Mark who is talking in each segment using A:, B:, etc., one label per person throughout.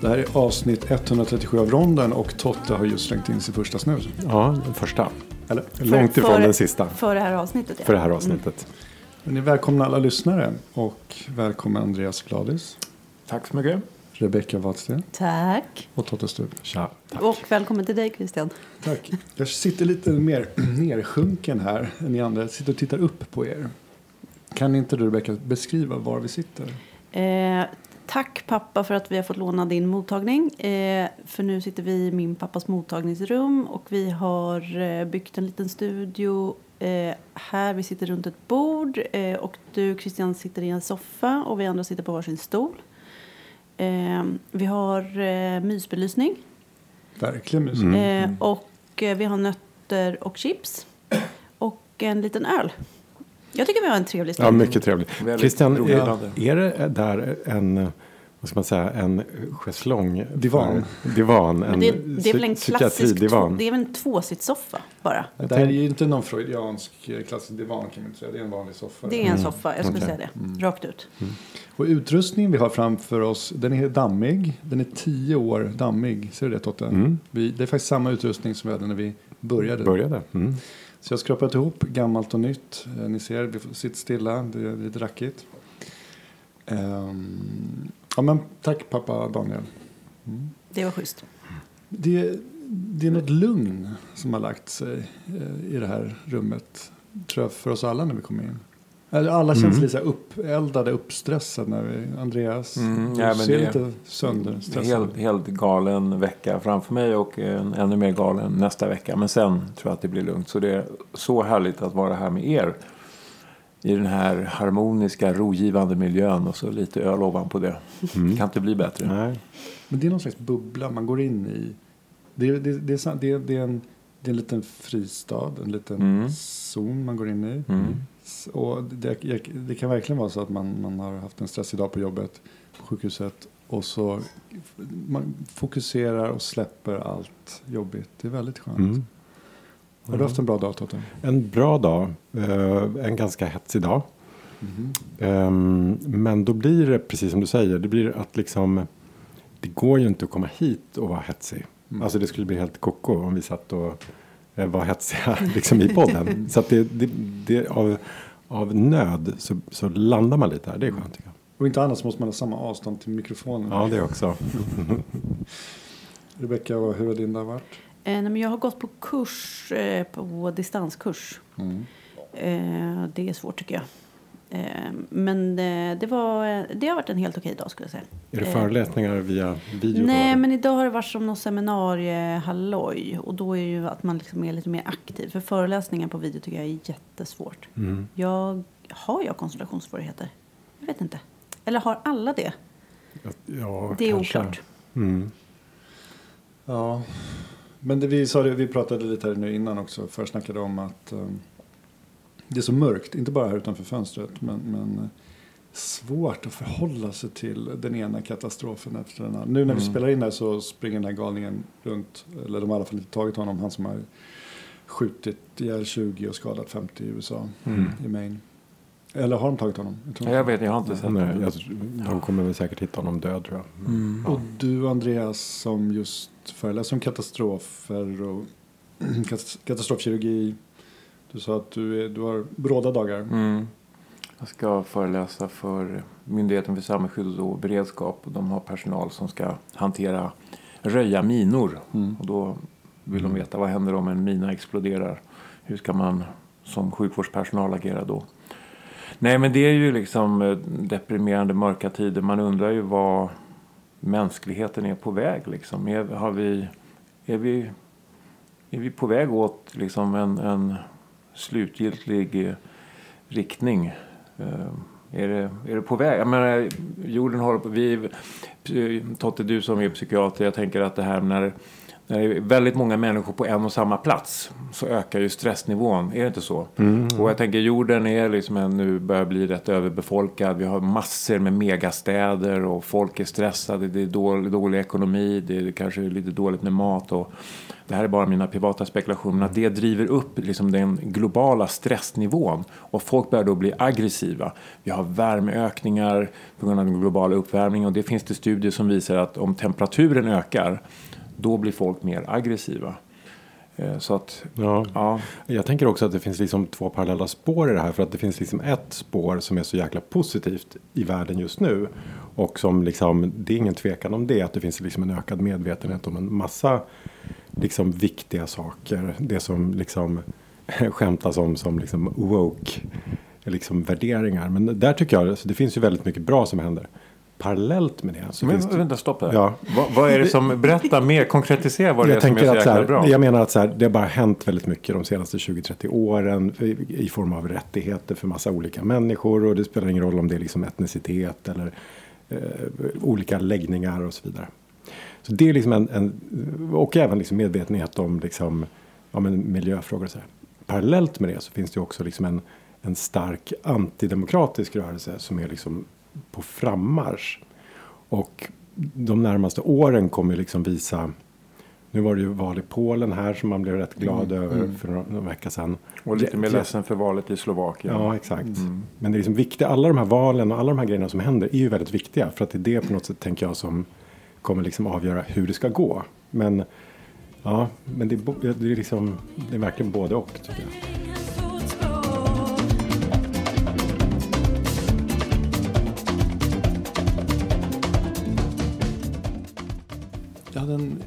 A: Det här är avsnitt 137 av Ronden och Totte har just slängt in sin första snus.
B: Ja, den första.
A: Eller?
B: Långt ifrån
C: för-
B: den sista.
C: För det här avsnittet ja.
B: För det här avsnittet.
A: Men ni är välkomna alla lyssnare och välkommen Andreas Bladis,
B: Tack så mycket.
A: Rebecka Wadsten
C: Mm. Tack.
A: och Totte Stup.
B: Tja. Tack.
C: Och välkommen till dig Christian.
A: Tack. Jag sitter lite mer nersjunken här än ni andra. Jag sitter och tittar upp på er. Kan inte du Rebecka beskriva var vi sitter?
C: Eh, tack pappa för att vi har fått låna din mottagning. Eh, för nu sitter vi i min pappas mottagningsrum och vi har eh, byggt en liten studio eh, här. Vi sitter runt ett bord eh, och du Christian sitter i en soffa och vi andra sitter på varsin stol. Eh, vi har eh, mysbelysning
A: Verkligen mysigt.
B: Mm.
C: eh, och eh, vi har nötter och chips och en liten öl. Jag tycker vi har en trevlig stund.
B: Ja, mycket trevligt.
D: Väldigt
B: Christian,
D: roligt.
B: är, är det där en, vad ska man säga, en schäslong?
A: Divan.
B: För- Divan. En
C: Men det, det är väl en
B: psy-
C: klassisk två,
B: psykiatridivan.
C: det är väl en tvåsitssoffa bara.
A: Det här är ju inte någon freudiansk eh, klassisk divan kan man inte säga. Det är en vanlig soffa.
C: Det är en soffa, jag skulle
B: Mm. Okej.
C: säga det. Rakt ut.
A: Och utrustningen vi har framför oss, den är dammig. Den är tio år dammig. Ser du det Totte? Vi, det är faktiskt samma utrustning som vi hade när vi började.
B: Började. Mm.
A: Så jag har skrapat ihop gammalt och nytt. Eh, Ni ser, vi får- sitter stilla. Det är lite rackigt. Ehm, ja, men tack pappa Daniel.
C: Det var schysst.
A: Det, det är något lugn som har lagt sig eh, i det här rummet. Tror jag för oss alla när vi kommer in. Eller Alla känns lite så här uppeldade, uppstressade. När vi, Andreas,
D: Mm,
A: du
D: ja, men
A: ser
D: det-
A: lite sönderstressad
D: Helt,
A: ut.
D: helt galen vecka framför mig och en ännu mer galen nästa vecka. Men sen tror jag att det blir lugnt. Så det är så härligt att vara här med er. I den här harmoniska, rogivande miljön och så lite öl ovanpå det. Kan inte bli bättre.
B: Mm. Nej.
A: Men det är någon slags bubbla man går in i. Det, är- det, det, är sant- det, är- det, är, en, det är en liten fristad, en liten
D: Mm.
A: zon man går in i.
D: Mm.
A: S- Och det, jag, det kan verkligen vara så att man, man har haft en stressig dag på jobbet, på sjukhuset och så f- man fokuserar och släpper allt jobbigt. Det är väldigt skönt.
B: Mm.
A: Har du haft en bra dag Totte?
B: En bra dag. eh, En ganska hetsig dag. Ehm, Men då blir det, precis som du säger, det blir att liksom det går ju inte att komma hit och vara hetsig. Alltså det skulle bli helt koko om vi satt och eh, var hetsiga liksom i podden. så att det, det, det av, av nöd så, så landar man lite här, det är skönt tycker jag.
A: Och inte annars måste man ha samma avstånd till mikrofonen.
B: Ja, det också.
A: Rebecka, vad- hur har din dag varit?
C: Eh, nej, men jag har gått på kurs, eh, på distanskurs. Eh, det är svårt tycker jag. Eh, men eh, det, var, eh, det har varit en helt okej dag skulle jag säga.
B: Är det
C: Eh,
B: föreläsningar via video? då,
C: Nej,
B: eller?
C: men idag har det varit som någon seminariehalloj. Och då är ju att man liksom är lite mer aktiv. För föreläsningar på video tycker jag är jättesvårt.
B: Mm.
C: Jag, har jag koncentrationssvårigheter? Jag vet inte. Eller har alla det?
B: Ja,
C: Det är
B: kanske. Mm.
C: oklart.
A: Ja, men det, vi, sa det, vi pratade lite här nu innan också, försnackade om att eh, det är så mörkt, inte bara här utanför fönstret, men, men eh, svårt att förhålla sig till den ena katastrofen efter den andra. Nu när vi spelar in här så springer den här galningen runt, eller de har i alla fall inte tagit honom, han som har skjutit ihjäl 20 och skadat 50 i USA,
B: Mm.
A: i Maine. Eller har de tagit honom? Jag tror
D: Ja,
A: inte.
D: Jag vet, jag har inte sett
B: Nej,
D: det.
B: jag, de kommer väl säkert hitta honom död tror jag.
A: Och du Andreas som just föreläser om katastrofer och kat- katastrofkirurgi. Du sa att du, är, du har bråda dagar.
D: Mm. Jag ska föreläsa för Myndigheten för samhällsskydd och beredskap. Och de har personal som ska hantera röja minor.
A: Mm.
D: Och då vill de veta vad händer om en mina exploderar. Hur ska man som sjukvårdspersonal agera då? Nej men det är ju liksom eh, deprimerande mörka tider. Man undrar ju vad mänskligheten är på väg liksom. Är, har vi, är vi är vi på väg åt liksom en, en slutgiltig eh, riktning? Eh, Är det, är det på väg? Jag menar, eh, jorden håller på... Vi, Totte, du som är psykiater, jag tänker att det här när när det är väldigt många människor på en och samma plats så ökar ju stressnivån, är det inte så? Och jag tänker jorden är liksom en- nu börjar bli rätt överbefolkad. Vi har massor med megastäder och folk är stressade. Det är dålig, dålig ekonomi, det är kanske lite dåligt med mat och det här är bara mina privata spekulationer. Att det driver upp liksom den globala stressnivån och folk börjar då bli aggressiva. Vi har värmeökningar på grund av den globala uppvärmningen och det finns det studier som visar att om temperaturen ökar då blir folk mer aggressiva. Eh, Så att,
B: Ja.
D: ja,
B: Jag tänker också att det finns liksom två parallella spår i det här. För att det finns liksom ett spår som är så jäkla positivt i världen just nu. Och som liksom, det är ingen tvekan om det. Att det finns liksom en ökad medvetenhet om en massa liksom viktiga saker. Det som liksom skämtas om som liksom woke liksom värderingar. Men där tycker jag, alltså, det finns ju väldigt mycket bra som händer. Parallellt med det så
D: men
B: finns det...
D: vänta, stopp där.
B: Ja.
D: Vad, vad är det som, berätta mer, konkretisera vad det är
B: Jag,
D: som är så
B: tänker att så
D: jäkla
B: här,
D: bra.
B: jag menar att så här, det har bara hänt väldigt mycket de senaste 20-30 åren i- i form av rättigheter för massa olika människor och det spelar ingen roll om det är liksom etnicitet eller eh, olika läggningar och så vidare. Så det är liksom en, en och även liksom medvetenhet om liksom, ja, men miljöfrågor och så här. Parallellt med det så finns det ju också liksom en, en stark antidemokratisk rörelse som är liksom på frammarsch. Och de närmaste åren kommer liksom visa nu var det ju val i Polen här som man blev rätt glad över för några, några veckor sedan.
D: Mm. Och lite mer
B: Ja,
D: ledsen för valet i Slovakien.
B: Ja, exakt. Men det är liksom viktigt. Alla de här valen och alla de här grejerna som händer är ju väldigt viktiga. För att det är det på något sätt, tänker jag, som kommer liksom avgöra hur det ska gå. Men, ja, men det, är, bo- det, är liksom, det är verkligen både och, tycker jag.
A: Jag hade en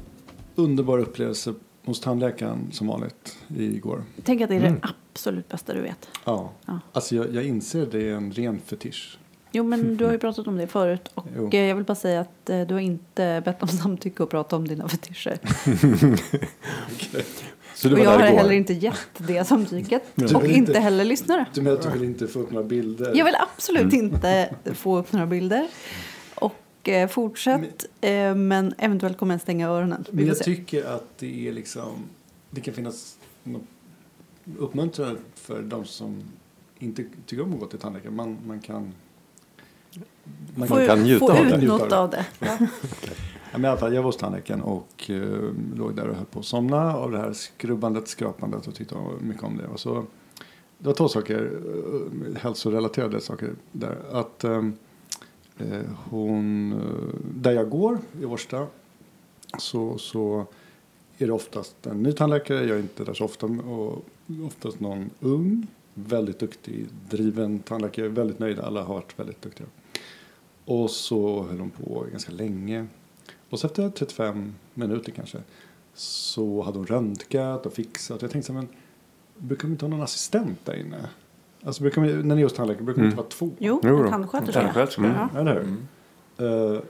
A: underbar upplevelse hos tandläkaren som vanligt igår.
C: Tänk att det är det absolut bästa du vet.
A: Ja.
C: Ja.
A: Alltså jag, jag inser det är en ren fetisch.
C: Jo, men du har ju pratat om det förut. Och
A: Jo.
C: eh, jag vill bara säga att eh, du har inte bett om samtycke att prata om dina fetischer.
B: Så
C: Och jag har heller inte gett det samtycket.
A: Du
C: och
A: vill
C: inte
A: inte-
C: heller lyssnare.
A: Du menar att du vill inte få upp några bilder?
C: Jag vill absolut
A: Mm.
C: inte få upp några bilder. Och eh, fortsätt, eh, men eventuellt kommer jag stänga öronen. Vi
A: Men
C: får
A: jag
C: se.
A: tycker att det är liksom, det kan finnas något uppmuntrande för de som inte tycker om att gå till tandläkaren. Man, man kan... Man
C: Få
A: kan,
B: Får-
C: ut-
B: kan njuta
C: få
B: av
A: det.
C: ut något av det.
A: ja, men i alla fall, jag var hos tandläkaren och eh, låg där och höll på att somna av det här skrubbandet, skrapandet och tyckte mycket om det. Och så, det var två saker, eh, hälsorelaterade saker där. Att eh, eh, hon, eh, där jag går i Årsta så, så är det oftast en ny tandläkare. Jag är inte där så ofta. Och oftast någon ung, väldigt duktig, driven tandläkare. Väldigt nöjd. Alla har varit väldigt duktiga. Och så höll hon på ganska länge. Och så efter 35 minuter kanske så hade hon röntgat och fixat. Jag tänkte så här, men brukar man inte ha någon assistent där inne? Alltså brukar man, när ni är hos tandläkaren brukar man inte vara två?
C: Jo,
D: Jo då. Mm.
C: en tandsköterska.
D: Tandsköterska.
C: Ja.
A: Eller hur? Eh,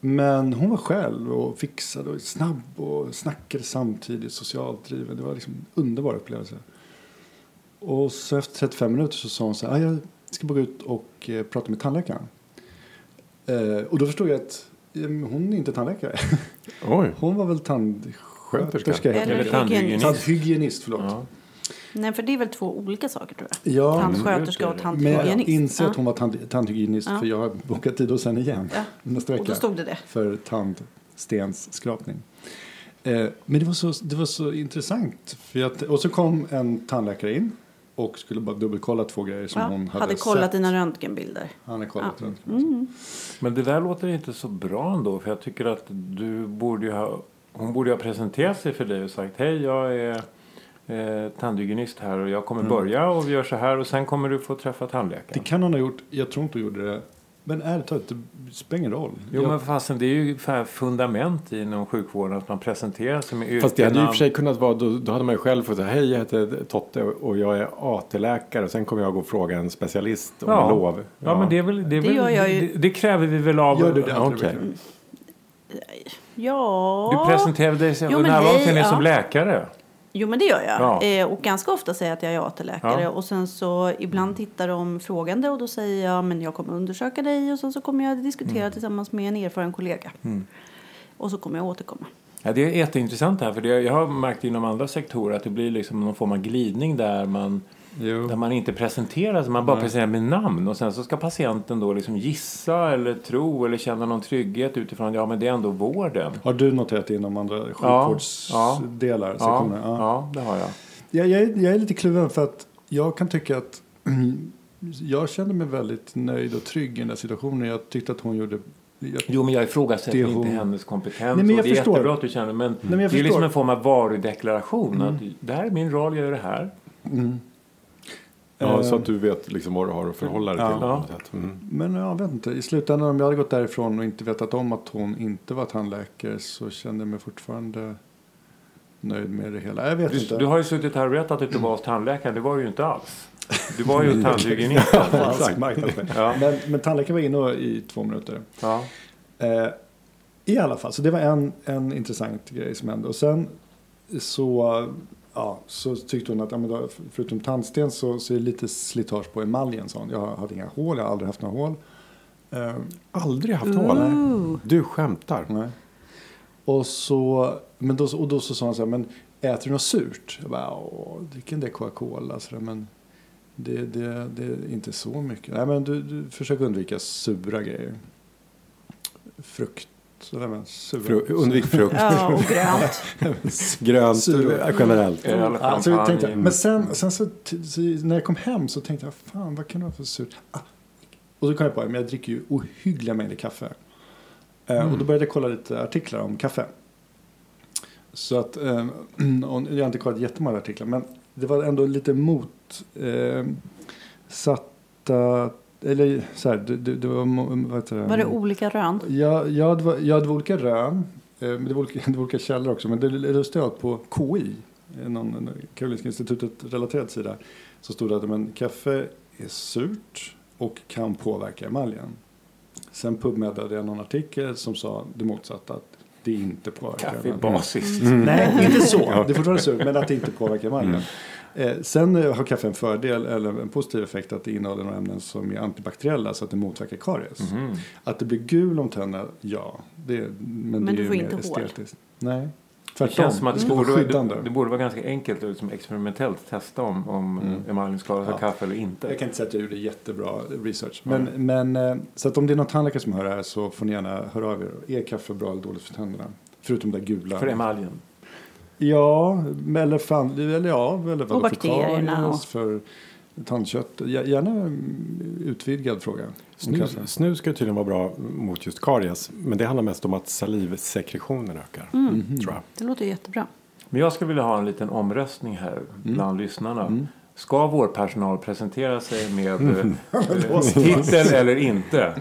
A: men hon var själv och fixad och snabb och snackade samtidigt, socialt driven. Det var liksom en underbar upplevelse. Och så efter 35 minuter så sa hon så här, "Ah, jag ska bara gå ut och eh, prata med tandläkaren. Eh, och då förstod jag att eh, hon är inte tandläkare.
B: Oj.
A: Hon var väl tandsköterska.
B: Sköterska.
A: helt
C: Eller
A: enkelt.
C: tandhygienist.
A: Tandhygienist, förlåt.
D: Ja.
C: Nej, för det är väl två olika saker tror jag.
A: Ja,
C: Tandsköterska och
A: men jag
C: tandhygienist.
A: inser
C: Ja.
A: att hon var tand- tandhygienist
C: Ja.
A: för jag har bokat tid hos henne igen
C: Ja.
A: nästa vecka.
C: Och då stod det det.
A: för tandstensskrapning. Eh, men det var, så, det var så intressant. För att, och så kom en tandläkare in och skulle bara dubbelkolla två grejer som
C: Ja.
A: hon
C: Hade,
A: hade,
C: kollat
A: sett.
C: dina Mm. röntgenbilder.
A: Han hade kollat den.
D: Men det där låter inte så bra ändå. För jag tycker att du borde ju ha, hon borde ju ha presenterat sig för dig och sagt hej jag är eh, tandhygienist här och jag kommer
B: Mm.
D: börja och vi gör så här och sen kommer du få träffa
A: Det
D: tandläkaren.
A: kan hon ha gjort. Jag tror inte hon gjorde det. Men ärligt talat, det spelar ingen roll.
D: Jo
A: jag,
D: men fasen det är ju fan fundament inom sjukvården att man presenterar sig med yrken.
B: Fast det hade ju i och för sig kunnat vara, då, då hade man ju själv fått säga hej jag heter Totte och jag är AT-läkare och sen kommer jag gå och fråga en specialist om
D: ja.
B: lov.
D: Ja. men det är väl, det,
C: Det
D: är väl,
C: gör jag ju.
D: det, det kräver vi väl av...
A: gör du det? Anton?
B: okej.
C: Mm. Ja.
D: Du presenterade dig som,
C: Jo, men
D: närvarande
C: hej,
D: till dig som
C: ja.
D: läkare.
C: Jo men det gör jag.
D: Ja.
C: Eh, och ganska ofta säger jag att jag är AT-läkare.
D: Ja.
C: Och sen så ibland tittar de frågande och då säger jag men jag kommer undersöka
D: Mm.
C: dig och sen så kommer jag diskutera tillsammans med en erfaren kollega. Och så kommer jag återkomma.
D: Ja, det är jätteintressant det här, för det, jag har märkt inom andra sektorer att det blir liksom någon form av glidning där man,
A: Jo.
D: där man inte presenteras, man bara
A: Nej.
D: presenterar med namn och sen så ska patienten då liksom gissa eller tro eller känna någon trygghet utifrån, ja men det är ändå vården.
A: Har du noterat inom andra sjukvårdsdelar?
D: Ja,
A: sektioner? Ja.
D: ja, det har jag.
A: Jag, jag, är- jag är lite kluven för att jag kan tycka att jag kände mig väldigt nöjd och trygg i den där situationen. Jag tyckte att hon gjorde... Jag,
D: Jo, men jag ifrågasätter
A: Det hon-
D: inte hennes
A: Nej,
D: kompetens.
A: men jag
D: och det är
A: förstår.
D: jättebra att du känner men, Mm.
A: men jag
D: det är liksom
A: förstår.
D: en form av varudeklaration. Att det här är min roll, jag gör det här.
B: Ja,
A: Eh,
B: så att du vet liksom vad du har att förhålla dig till.
D: Ja.
B: på något sätt. Mm.
A: Men jag vet inte. I slutändan om jag hade gått därifrån och inte vetat om att hon inte var tandläkare så kände jag mig fortfarande nöjd med det hela. Jag vet
D: Du,
A: inte.
D: du har ju suttit här och berättat att du var hos tandläkaren. Det var du ju inte alls. Du var ju tandhygienist.
A: Falsk marknadsföring.
D: Ja.
A: men, men tandläkaren var inne och- i två minuter.
D: Ja.
A: Eh, I alla fall, så det var en, en intressant grej som hände. Och sen så, ja, så tyckte hon att ja, men då, förutom tandsten så, så är det lite slitage på emaljen. Sa hon. Jag har hade inga hål, jag har aldrig haft några hål. Eh,
B: Aldrig haft hål.
C: Ooh.
B: Du skämtar.
A: nej. Och, så, men då, och då så sa hon så här, men äter du något surt? Jag bara, åh, dricker en del Coca-Cola. Så där, men det, det, det är inte så mycket. Nej, men du, du försök undvika sura grejer. Frukt. Eller, men, sura.
B: Fru, undvik frukt.
C: Ja, och grönt.
B: Grönt
D: eh,
A: Sur.
B: generellt.
D: I alla
A: Ja, så
D: champagne.
A: tänkte jag, men sen, sen så, t- så när jag kom hem så tänkte jag, fan vad kan det vara för surt? Ah. Och så kom jag på, men jag dricker ju ohyggliga mängder kaffe. Eh, Och då började jag kolla lite artiklar om kaffe. Så att, eh, och jag har inte kollat jättemånga artiklar, men det var ändå lite mot eh, satta, eller så här, det, det, det var, mo- vad heter det?
D: Mm.
C: Var det olika rön?
A: Ja, jag, hade, jag hade olika rön. eh, men Det var olika, det var olika källor också. Men det lustiga var att på KI, eh, någon, någon Karolinska institutet-relaterad sida, så stod det att men, kaffe är surt och kan påverka emaljen. Sen pubmeddade jag någon artikel som sa det motsatta, att det inte påverkar
D: Kaffe är
A: emaljen.
D: basiskt.
A: Nej, inte så. Det är fortfarande surt, men att det inte påverkar
D: Mm.
A: emaljen. Eh, sen eh, har kaffe en fördel, eller en positiv effekt, att det innehåller några ämnen som är antibakteriella så att det motverkar karies.
D: Mm.
A: Att det blir gul om tänderna, ja. Det, är- men det
C: du
A: är ju
C: får
A: mer
C: inte hår.
A: estetiskt. Nej,
D: Det
A: tvärtom.
D: känns som att det
A: ska
B: Mm.
A: vara
D: borde,
A: skyddande.
D: det, det borde vara ganska enkelt att liksom experimentellt testa om, om mm. emaljen ska ha
A: Ja.
D: kaffe eller inte.
A: Jag kan inte säga att jag gjorde jättebra research. Men, men, eh, så att om det är någon tandläkare som hör det här så får ni gärna höra av er. Är kaffe bra eller dåligt för tänderna? Förutom det där gula.
D: För emaljen.
A: Ja, men eller, fan, eller ja, eller vadå,
C: bakterierna
A: För, karies,
C: och-
A: för tandkött. Gär- Gärna mm, utvidgad fråga. om
B: Snus,
A: kaffe.
B: snus ska tydligen vara bra mot just karies. Men det handlar mest om att salivsekretionen ökar.
C: Mm.
B: Tror jag.
C: Det låter jättebra.
D: Men jag skulle vilja ha en liten omröstning här
B: Mm.
D: bland lyssnarna. Ska vår personal presentera sig med
B: Mm.
D: eh, titel eller inte?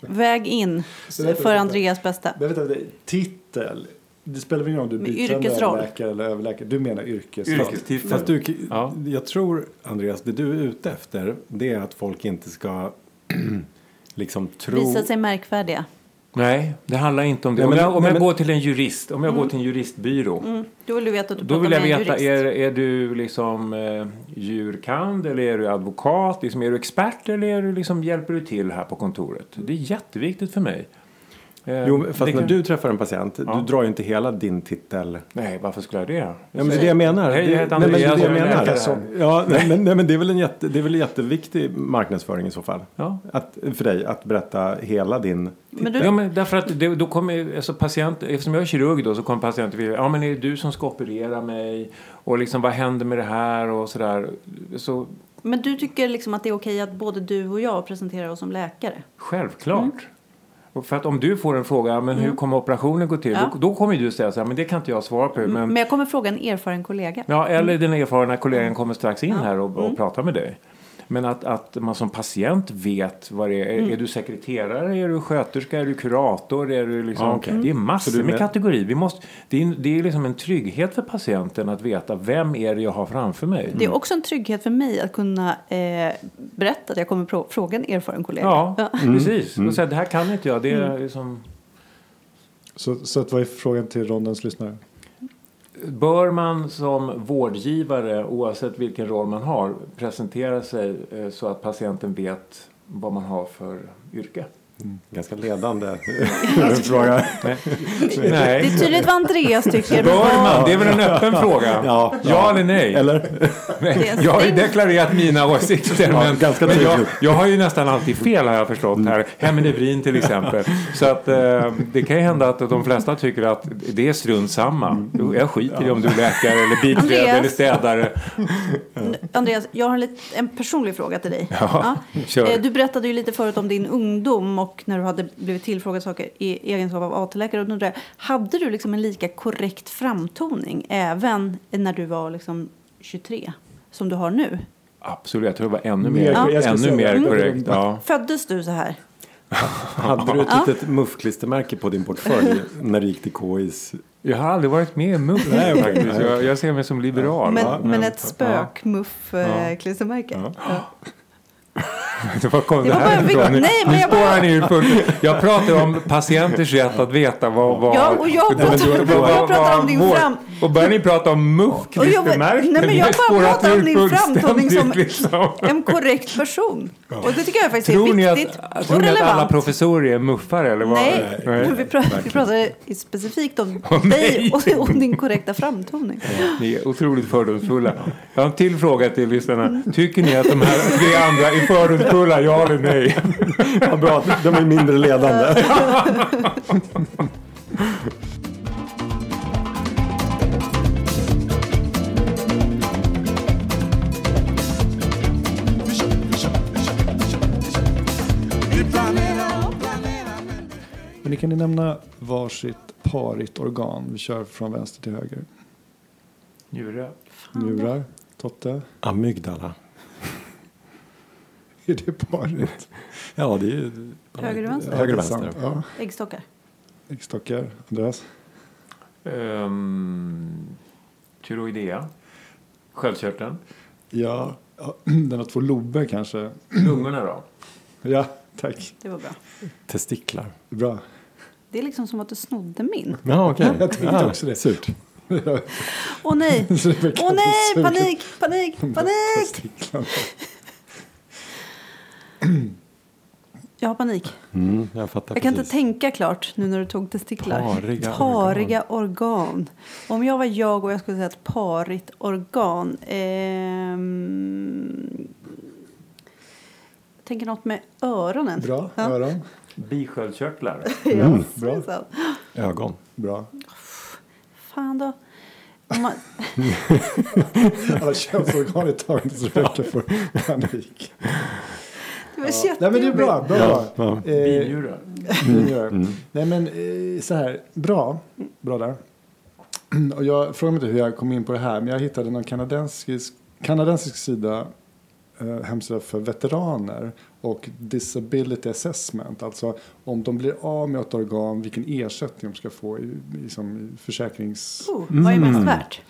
C: Väg in s- för Andreas bästa.
A: Men vänta, vänta, titel. Det spelar väl ingen roll om du är
C: Men
A: biträdande
C: yrkesroll.
A: överläkare eller överläkare. Du menar yrkesroll.
D: Yrkestitel.
B: Fast du,
D: Ja.
B: jag tror Andreas, det du är ute efter det är att folk inte ska liksom tro...
C: Visa sig märkvärdiga.
D: Nej, det handlar inte om det.
B: Nej, men-
D: om jag,
B: nej,
D: om jag
B: men- Mm.
D: går till en jurist, om jag går till en juristbyrå.
C: Mm. Då vill du veta att du
D: Då
C: pratar
D: vill jag
C: med en
D: veta, är,
C: jurist.
D: är du liksom eh, djurkand eller är du advokat? Liksom, är du expert eller är du liksom, hjälper du till här på kontoret? Det är jätteviktigt för mig. Eh,
B: Jo, men fast
D: det
B: när
D: kan-
B: du träffar en patient,
D: Ja.
B: du drar ju inte hela din titel.
D: Nej, varför skulle jag det?
B: Ja, men det är det jag menar.
D: Hej,
B: Det-
D: jag heter
B: nej, men det är
D: Andreas,
B: det jag
D: jag är
B: menar.
D: läkare.
B: Ja, nej, men, nej, men det är väl en jätte, det är väl jätteviktig marknadsföring i så fall.
D: Ja.
B: Att, för dig, att berätta hela din...
C: Men
D: Ja,
C: du,
D: men därför att det, då kommer ju- alltså patient, eftersom jag är kirurg då så kommer patienten vilja, ja men är det du som ska operera mig och liksom vad händer med det här och sådär. Så
C: men du tycker liksom att det är okej att både du och jag presenterar oss som läkare?
D: självklart.
C: Mm.
D: Och för att om du får en fråga, men hur kommer operationen gå till?
C: Ja. Mm.
D: Då, då kommer ju du säga så här, men det kan inte jag svara på. Men,
C: Men jag kommer fråga en erfaren kollega.
D: ja, eller den erfarna kollegan kommer strax in här och, och pratar med dig. Men att, att man som patient vet vad det är. Är du sekreterare, är du sköterska, är du kurator? Är du liksom,
B: Ja, okej.
D: Det är massor
B: Så du
D: med
B: men-
D: kategorier. Vi måste, det, är, det är liksom en trygghet för patienten att veta vem är det jag har framför mig.
C: Det är också en trygghet för mig att kunna eh, berätta att jag kommer pro- fråga en erfaren kollega.
D: Ja, precis. Och säga, det här kan inte jag. Det är liksom,
A: Så, så att vad är frågan till rondens lyssnare?
D: Bör man som vårdgivare, oavsett vilken roll man har, presentera sig eh, så att patienten vet vad man har för yrke?
B: Ganska ledande fråga.
C: Det
D: Nej.
C: är tydligt vad Andreas tycker.
D: Bör man?
C: Vad-
D: Det är väl en öppen fråga?
B: Ja.
D: ja eller nej?
B: Eller?
C: Det är en
D: Jag har ju
C: stängd-
D: deklarerat mina åsikter.
B: Ja,
D: men,
B: ganska
D: men jag,
B: tydligt.
D: jag har ju nästan alltid fel har jag förstått här. Hemenevrin till exempel. Så att eh, det kan ju hända att de flesta tycker att det är strunt samma. Jo, Jag skiter i om du är läkare eller bilträd
C: Andreas.
D: eller städare.
C: Andreas, jag har en, lit- en personlig fråga till dig.
D: Ja, kör.
C: Eh, Du berättade ju lite förut om din ungdom och när du hade blivit tillfrågad saker i egenskap av AT-läkare. Och då undrar jag, Hade du liksom en lika korrekt framtoning även när du var liksom 23 som du har nu?
D: Absolut, jag tror det var ännu
A: Mer-
D: mer,
A: jag skulle
D: ännu
A: säga
D: mer
A: det.
D: korrekt. Ja.
C: Föddes du så här?
B: Hade du ett litet muffklistermärke på din portfölj när du gick till KIs?
D: Jag har aldrig varit med i MUF faktiskt. Jag, jag ser mig som liberal.
C: men,
D: va?
C: men ett spökmuff-klistermärke? Ja.
D: Det var kom
C: Det
D: det
C: var bara
D: här
C: en
D: ifrån?
C: vink-
D: Nu
C: nej, men
D: nu
C: jag
D: spårar
C: bara-
D: ni ur punkt. Jag pratar om patienters rätt att veta vad... vad
C: Ja, och jag
D: men
C: pratar-
D: då-
C: jag pratar om din
D: vår-
C: fram-
D: Och börjar ni prata om muff
C: Och jag bara-
D: klistermärken?
C: nej, men
D: Ni
C: jag
D: har
C: bara
D: spårat
C: pratar om
D: ur
C: din framtoning som-
D: fullständigt, liksom.
C: En korrekt person. Och det tycker jag faktiskt
D: Tror
C: är
D: ni
C: viktigt
D: att,
C: och
D: tror ni att alla
C: relevant.
D: professorer är muffare eller vad?
C: Nej, men vi, pratar, vi pratar i- specifikt om
D: Om
C: dig
D: mig.
C: och om din korrekta framtoning.
D: Ni är otroligt fördomsfulla. Jag har en till fråga till lyssnarna. Tycker ni att de här tre andra är fördomsfulla? Ja eller nej?
B: Vad bra, de är mindre ledande.
A: Men ni kan ni nämna varsitt parigt organ? Vi kör från vänster till höger.
D: Njure.
A: Njurar, Totte.
B: Amygdala.
A: Är det parigt?
B: Ja, det är ju...
C: Höger och vänster?
B: Höger och
A: Ja, det är sant.
B: vänster.
A: Ja.
C: Äggstockar.
A: Äggstockar. Andreas?
D: Um, tyroidea. Sköldkörteln.
A: Ja. ja, Den har två lober kanske.
D: Lungorna då?
A: Ja, tack.
C: Det var bra.
B: Testiklar.
A: Bra.
C: Det är liksom som att du snodde min.
B: Ja, okej.
A: Jag tänkte
B: Ah,
A: också det.
B: Surt.
C: Åh nej!
A: Så det blir
C: Åh nej!
A: kanske
C: Panik! Panik! Panik!
A: testiklarna.
C: Jag har panik.
B: Mm, jag fattar
C: Jag kan inte
B: precis.
C: tänka klart nu när du tog testiklar.
B: Pariga
C: Pariga organ. Om jag var jag och jag skulle säga ett parigt organ. Ehm... Jag tänker något med öronen.
A: Bra,
C: Ja.
A: öron.
D: Bisköldkörtlar.
B: Mm.
C: Ja, så
A: bra.
C: är det sant.
B: Ögon.
A: Bra.
C: Fan då. Om man-
A: Alla könsorgan är tagna så räcker för panik.
C: Det var
A: Nej men det är
C: jättejobbigt.
A: bra. bra.
B: Ja,
A: Eh,
D: Binjurar.
A: Linjör. Mm. Nej men eh, så här, bra. Bra där. Mm, Och jag frågar mig inte hur jag kom in på det här men jag hittade någon kanadensisk, kanadensisk sida eh, hemsida för veteraner och disability assessment. Alltså om de blir av med ett organ, vilken ersättning de ska få i, liksom, i försäkrings...
C: Oh, vad är
B: Mm.
C: mest värt?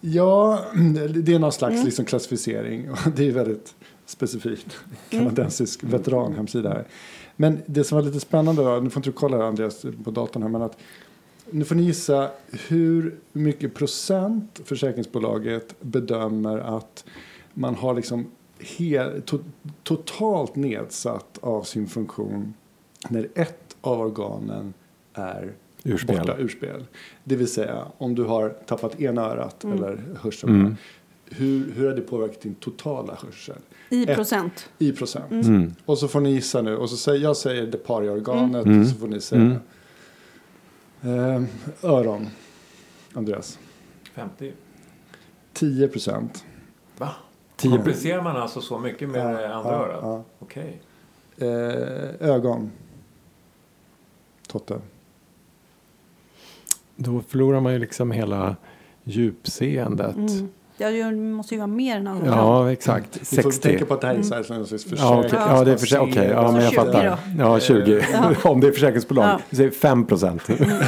A: Ja, det är någon slags liksom, klassificering. Och det är väldigt specifikt. Kanadensisk veteranhemsida här. Men det som var lite spännande var, nu får inte du kolla här Andreas på datorn här, men att nu får ni gissa hur mycket procent försäkringsbolaget bedömer att man har liksom hel, to, totalt nedsatt av sin funktion när ett av organen är
B: Urspel.
A: borta ur spel. Det vill säga om du har tappat ena örat eller hörseln.
B: Mm.
A: Hur, hur har det påverkat din totala hörsel?
C: I
A: Ett.
C: procent.
A: I procent.
B: Mm.
A: Och så får ni gissa nu. Och så säger, jag säger det par i organet.
B: Mm.
A: Så får ni säga. Ehm, öron. Andreas.
D: 50.
A: 10 procent.
D: Va?
B: 10
D: Kompenserar man alltså så mycket med
A: Ja,
D: andra
A: ja,
D: örat?
A: ja.
D: Okej.
A: ögon. Totte.
B: Då förlorar man ju liksom hela djupseendet.
C: Ja, Mm. jag måste ju ha mer än andra.
B: Mm. Ja, exakt.
A: Ni får
B: 60.
A: tänka på att det här är så här, någon slags
B: Ja, okej.
A: försäkring.
B: ja, det är försäkring. Okej, ja,
C: Så
B: men jag
C: 20
B: fattar. Ja, Mm. 20. Om det är försäkringsbolag.
C: Ja.
B: Vi säger 5 procent.
C: Nej,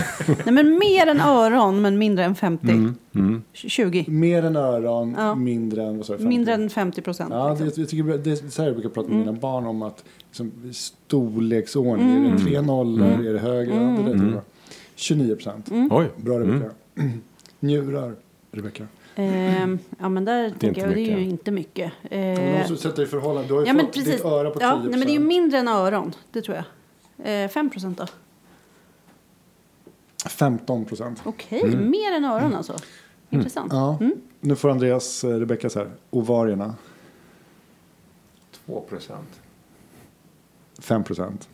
C: men mer än öron, men mindre än 50.
B: Mm.
C: 20.
A: Mer än öron,
C: Ja.
A: mindre än... Vad sa du, 50?
C: Mindre än liksom. Mm. 50 procent.
A: Ja, det, jag tycker, det är så här jag brukar prata med mina barn om att liksom, storleksordning,
C: Mm.
A: är det tre nollor, är det högre? Ja, Det där tycker jag. 29 procent.
C: Mm.
B: Oj.
A: Bra Rebecka. Njurar, Rebecka.
C: Ehm, ja, men där tänker jag,
B: inte
C: det är ju
B: mycket.
C: inte mycket.
A: Men Du
C: Eh,
A: måste sätta i förhållande, du har ju
C: ja, men
A: fått
C: precis.
A: ditt öra på 10
C: Ja, nej, men det är ju mindre än öron, det tror jag. Eh, 5 procent då?
A: 15 procent.
C: Okej, mer än öron alltså. Intressant.
A: Ja. Nu får Andreas eh, Rebecka så här. Ovarierna
D: 2 procent.
A: 5 procent.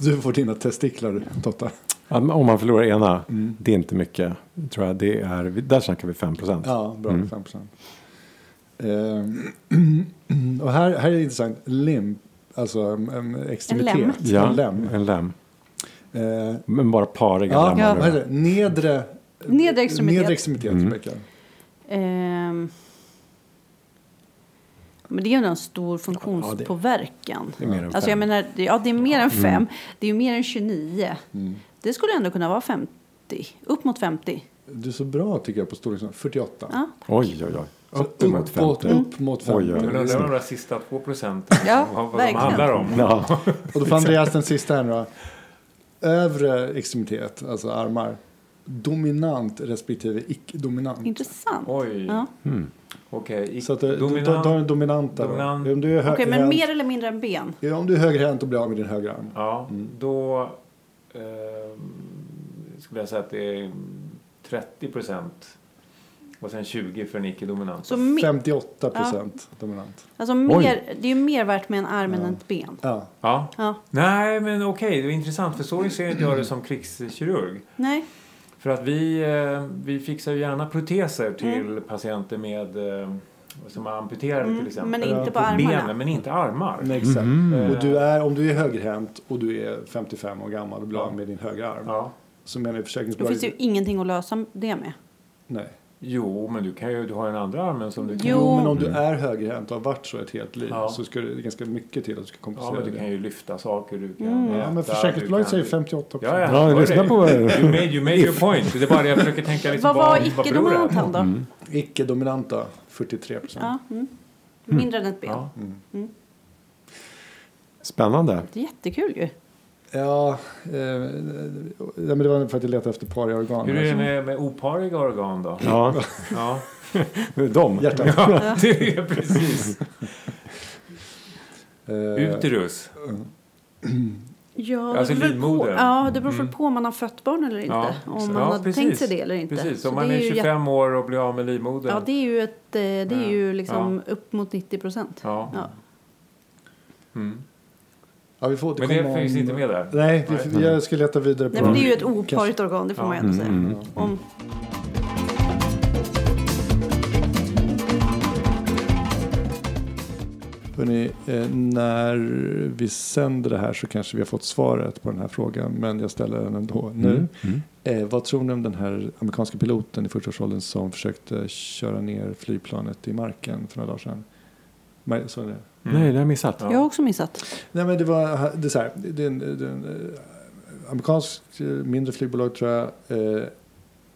A: Du får dina testiklar Totta.
B: Ja, men Om man förlorar ena,
A: Mm.
B: det är inte mycket. Tror jag. Det är, där snackar vi 5 procent.
A: Ja, bra.
B: Mm.
A: 5 procent. Ehm, och här, här är det intressant. Limb, alltså en, en extremitet.
C: lem.
B: Ja,
A: En lem.
B: En lem.
A: Eh,
B: Men bara pariga
A: ja,
B: lemmar.
A: vad heter det? Nedre,
C: Nedre extremitet.
A: Nedre extremitet,
B: Mm.
A: Rebecka.
C: Ehm. Men det är ju ändå en stor funktionspåverkan.
B: Det är mer än
C: alltså
B: fem.
C: jag menar, det- ja det är mer än fem. Det är ju mer än 29.
A: Mm.
C: Det skulle ändå kunna vara 50. Upp mot 50.
A: Du är så bra tycker jag på storleken. 48.
C: Ja.
B: Oj, oj, oj.
A: Så
B: Uppemot
A: uppåt,
B: 50.
A: upp mot Mm. 50.
B: Oj, oj, oj.
D: Men undrar de där sista 2 procenten
C: Ja,
D: vad, vad de
C: verkligen.
D: handlar om.
B: Ja.
A: Och då får Andreas den sista här nu då. Övre extremitet, alltså armar. Dominant respektive icke-dominant.
C: Intressant.
D: Oj.
C: Ja.
D: Okej, i-
A: Så att eh, du
D: dominant.
A: tar tar den dominanta.
D: dominant.
A: Dominant. Om du är, hö-
C: Okej, men
A: hänt-
C: mer eller mindre än ben?
A: Ja, om du är högerhänt och blir av med din högra arm.
D: Ja, då eh, skulle jag säga att det är 30 procent och sen 20 för en icke-dominant.
C: Så me-
A: 58 procent dominant.
C: alltså mer, det är ju mer värt med en arm än ett ben.
A: Ja.
D: Ja.
C: Ja.
D: Nej, men okej, det är intressant för så ser inte jag det som krigskirurg.
C: Nej.
D: För att vi, eh, vi fixar ju gärna proteser till
C: Mm.
D: patienter med, eh, som är amputerade till exempel.
C: Men
A: Ja,
C: inte på
A: på
C: armarna.
D: Benen, men inte armar.
A: Nej, exakt.
D: Eh,
A: Och du är, om du är högerhänt och du är 55 år gammal och blir av med din högra arm.
D: Ja.
A: Så menar ju
C: Då finns
A: försäkringsbolaget...
C: det ju ingenting att lösa det med.
A: Nej.
D: Jo, men du kan ju, du har ju den andra armen som du kan,
C: Jo.
A: Jo, men om du är högerhänt och har varit så ett helt liv
D: Ja.
A: så ska det det är ganska mycket till att du ska
D: ja,
A: kompensera
D: men du
A: det.
D: kan ju Mm. lyfta saker, du kan
C: Mm.
A: Ja,
D: äta,
A: men
D: du
A: försäkringsbolaget
D: kan-
A: säger 58
D: Ja, ja,
B: Ja,
D: hör
B: lyssna
D: dig.
B: på vad-
D: You made, you made your point. Det är bara det jag försöker tänka liksom,
C: Vad var
D: vad beror
C: icke-dominant
D: det på?
C: han då?
A: Mm. Icke-dominanta 43 procent.
C: Ja, mm. Mindre än ett ben.
D: Ja.
B: Spännande.
C: Det är jättekul ju.
A: Ja, eh, eh, ja, men det var för att jag letade efter par i organ.
D: Hur är det
A: Alltså.
D: med, med opariga organ då?
B: Ja,
D: Ja,
B: de.
A: Hjärtat.
D: ja det är precis.
A: Eh,
D: Uterus.
C: Ja, det
D: Alltså
C: beror väl
D: livmodern. Mm.
C: På, ja, det beror väl på om man har fött barn eller inte.
D: Ja,
C: om
D: exakt.
C: man
D: Ja,
C: har
D: precis.
C: tänkt sig det eller inte.
D: Precis,
C: Så
D: om man
C: det
D: är
C: ju
D: 25 år och blir av med livmodern.
C: jätte- Ja, det är ju, ett, eh, det är ju
D: Ja.
C: liksom upp mot 90 procent.
D: Ja. Mm.
A: ja, vi får
D: Men
A: återkomma
D: det finns
A: om-
D: inte med där?
A: Nej, vi,
D: Nej.
A: jag ska leta vidare på
C: Nej, men det är ju ett
A: Kanske- Mm.
C: oparigt organ, det får
D: Ja.
C: man ju ändå
B: Mm,
C: säga. Om,
A: Hörrni, eh, när vi sänder det här så kanske vi har fått svaret på den här frågan. Men jag ställer den ändå
B: Mm.
A: nu. Eh, vad tror ni om den här amerikanska piloten i 40-årsåldern som försökte köra ner flygplanet i marken för några dagar sedan? Ma- Såg ni det?
B: Nej,
D: Mm.
B: det har jag missat.
C: Jag har också missat.
A: Nej men det var, det är så här, det är en, det är en eh, amerikansk eh, mindre flygbolag tror jag. Eh,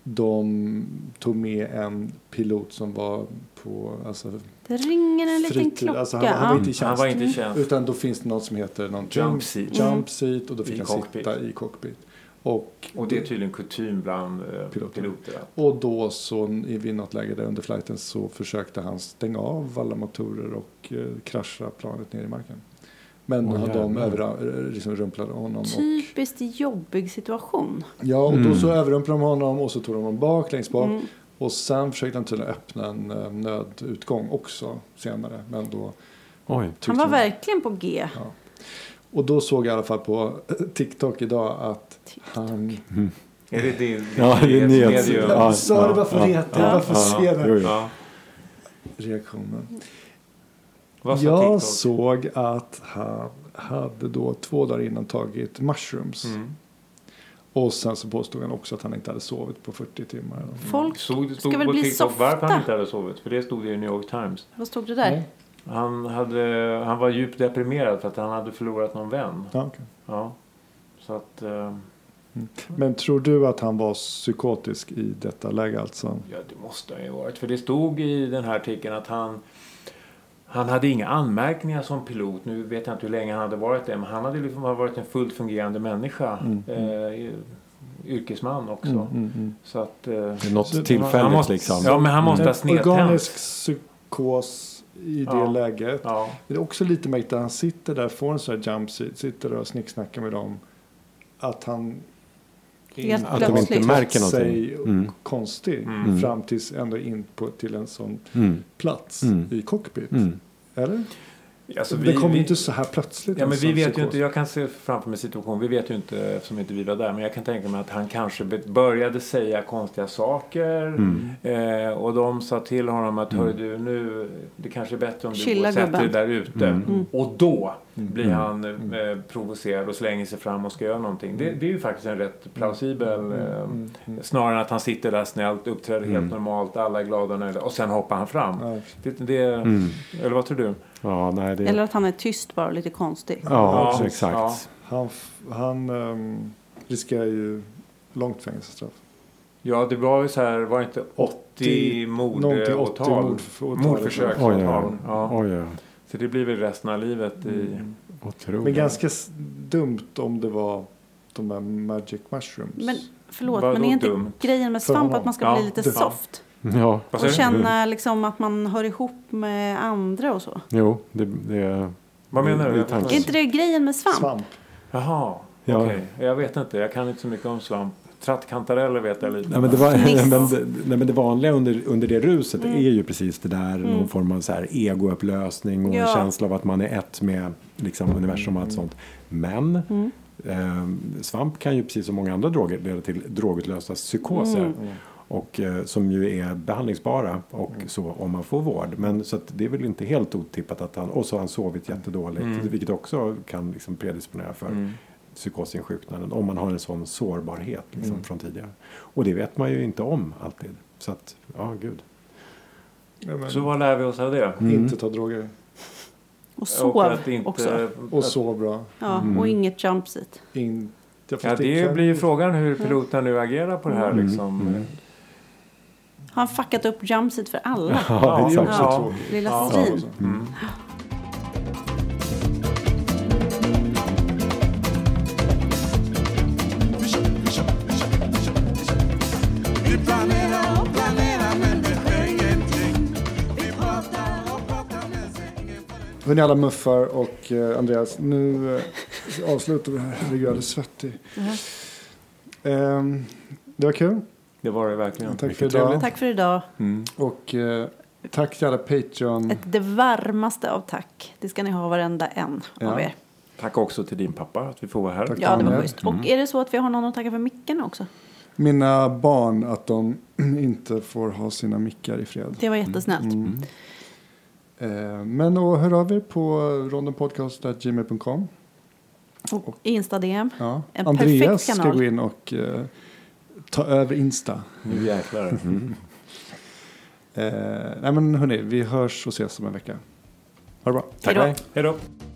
A: de tog med en pilot som var på, alltså,
C: Det ringer en liten
A: fritid.
C: klocka.
A: Alltså, han, han var inte i
D: Mm, Han
A: tjänst.
D: var inte känd.
A: Utan då finns det något som heter någon
D: Jump
C: Mm.
D: seat.
A: jump seat och då fick
D: I
A: han
D: cockpit.
A: sitta i cockpit. Och,
D: Och det är tydligen kutym bland eh,
A: Piloter.
D: piloter. att-
A: och då så i vid något läge där under flighten så försökte han stänga av alla motorer och eh, krascha planet ner i marken. Men
B: Åh,
A: de
B: jävlar.
A: övra, eh, liksom rumplade honom. Och,
C: Typiskt jobbig situation.
A: Ja, och då
B: Mm.
A: så överrumplade de honom och så tog de honom bak, längst bak.
C: Mm.
A: Och sen försökte han tydligen öppna en eh, nödutgång också senare. Men då
B: Oj.
A: tyckte
C: Han var
A: de-
C: verkligen på G.
A: Och då såg jag i alla fall på eh, TikTok idag att han...
D: Är det det?
B: Ja, det är nyhets-
D: medium?
B: Ja,
A: Jag sa det bara för att
B: ja,
A: reta,
D: ja,
A: bara för att
B: ja,
A: se den
B: jo, jo.
D: Ja.
A: reaktionen.
D: Vad sa
A: jag
D: TikTok?
A: såg att han hade då två dagar innan tagit mushrooms.
D: Mm.
A: Och sen så påstod han också att han inte hade sovit på 40 timmar. eller något.
C: Folk
D: Såg, det
C: Ska
D: stod
C: väl
D: på
C: bli
D: TikTok varför
C: softa.
D: han inte hade sovit. För det stod det i New York Times.
C: Vad stod det där?
A: Nej.
D: Han, hade, han var djupt deprimerad för att han hade förlorat någon vän.
A: Ja, okej.
D: Ja. Så att, eh,
A: Men tror du att han var psykotisk i detta läge alltså?
D: ja det måste han ju ha varit. För det stod i den här artikeln att han han hade inga anmärkningar som pilot. Nu vet jag inte hur länge han hade varit det. Men han hade liksom varit en fullt fungerande människa.
A: Mm.
D: Eh, yrkesman också. Så att... Eh,
B: Något
A: Så-
B: tillfälligt
D: han måste,
B: liksom.
D: Ja, men han måste ha
A: En
D: snedtänt.
A: organisk psykos i det
D: Ja.
A: läget.
D: Ja.
A: Det är också lite märkligt att han sitter där, får en sån här jump seat, sitter där och snicksnackar med dem. Att han
C: Helt
B: Att de
C: plötsligt.
B: inte märker någonting.
A: sig
B: Mm.
A: konstig
D: Mm.
A: fram tills ändå in på, till en sån
B: Mm.
A: plats
B: Mm.
A: i cockpit.
B: Mm.
A: Eller?
D: Alltså,
A: det kommer ju inte så här plötsligt.
D: Ja,
A: en
D: men
A: sån
D: vi vet ju
A: psykos.
D: inte, jag kan se framför mig situation, vi vet ju inte eftersom inte vi var där, men jag kan tänka mig att han kanske be- började säga konstiga saker
B: mm.
A: Mm.
D: eh, och de sa till honom att hörru du nu, det kanske är bättre om du
C: Chilla,
D: går och sätter
C: gubben."
D: dig där ute.
A: Mm.
B: Mm.
D: Och då blir han eh, provocerad och slänger sig fram och ska göra någonting. Det,
B: Mm.
D: det är ju faktiskt en rätt plausibel,
A: Mm.
D: eh, snarare än att han sitter där snällt, uppträder
B: Mm.
D: helt normalt, alla är glada och nöjda och sen hoppar han fram.
A: Ja.
D: Det, det,
B: Mm.
D: Eller vad tror du?
B: Ja, nej, det...
C: Eller att han är tyst bara och lite konstig.
B: ja,
D: Ja, ja.
B: exakt.
A: Han, f- han ehm, riskerar ju långt fängelsestraff.
D: Ja, det var ju så här, var det inte 80
A: Någonting 80
D: mordåtal?
A: mordförfråtal.
D: Mordförsök.
B: Oj, oj,
D: Ja.
B: oj.
D: Ja.
B: Oj, Mm. oj.
D: Så det blir väl resten av livet i...
B: Otroligt.
A: Men ganska s- dumt om det var de här magic mushrooms.
C: Men förlåt,
D: Vadå
C: men är inte
D: dumt?
C: grejen med
A: För
C: svamp
A: honom.
C: att man ska
D: Ja,
C: bli lite
D: det- ja.
C: soft?
B: Ja.
D: Vad
C: Och
D: säger du?
C: känna liksom att man hör ihop med andra och så.
B: Jo, det... det...
D: Vad menar
B: Det-
D: du?
B: det är tanken.
C: Är inte det grejen med svamp?
A: Svamp.
D: Jaha,
B: Ja.
D: okej. Jag vet inte, jag kan inte så mycket om svamp. Trattkantareller vet jag lite.
B: Nej, men det, var,
C: Nice. Mm.
B: men det, nej, men det vanliga under, under det ruset är ju precis det där. Någon form av så här egoupplösning och
C: Ja. Mm.
B: en känsla av att man är ett med liksom, universum och allt sånt. Men eh, svamp kan ju precis som många andra droger leda till drogutlösta psykoser.
C: Mm.
B: Och, eh, som ju är behandlingsbara och så om man får vård. Men så att det är väl inte helt otippat att han, och så har han sovit jättedåligt. Vilket också kan liksom predisponera för
D: Mm.
B: psykosinsjuknaden om man har en sån sårbarhet liksom,
D: Mm.
B: från tidigare. Och det vet man ju inte om alltid. Så att, ja gud.
A: Ja, men,
D: Så Mm. vad lär vi oss av det?
A: Inte ta droger.
C: Och
D: Och
C: sov
D: att inte- Mm.
C: också.
A: Och så bra.
C: Ja, och inget jump seat.
A: In, jag
D: Ja, det blir ju frågan hur piloten nu agerar på det här
A: Mm.
D: liksom.
C: Har han fuckat upp jump seat för alla?
D: Ja,
A: det är också
D: ja.
A: tråkigt.
C: Lilla
D: Ja.
C: svin.
D: Mm.
E: Vi planerar och planerar men det sker ingenting. Vi pratar och pratar men ser ingen
A: Hörni alla muffar och eh, Andreas, nu eh, avslutar vi här. Herregud, jag är alldeles svettig.
C: Mm-hmm.
A: Ehm, det var kul.
D: Det var det verkligen.
A: Tack för
B: Mycket
A: idag.
C: Tack för idag.
D: Mm.
A: Och eh, tack till alla Patreon.
C: Ett, det varmaste av tack. Det ska ni ha varenda en av
A: Ja.
C: er.
D: Tack också till din pappa att vi får vara här.
A: Tack.
C: Ja, det var
A: Mm.
C: schysst. Och är det så att vi har någon att tacka för micken också?
A: Mina barn, att de inte får ha sina mickar i fred.
C: Det var jättesnällt.
A: Mm.
D: Mm.
A: Eh, men och hör av er på rondenpodcast.gmail.com.
C: Och Insta-DM.
A: Ja.
C: En
A: Andreas
C: perfekt
A: ska
C: kanal.
A: gå in och eh, ta över Insta.
D: Nu jäklar.
A: Mm. Eh, nej men hörni, vi hörs och ses om en vecka. Ha det bra.
C: Hej då.
D: Hej då.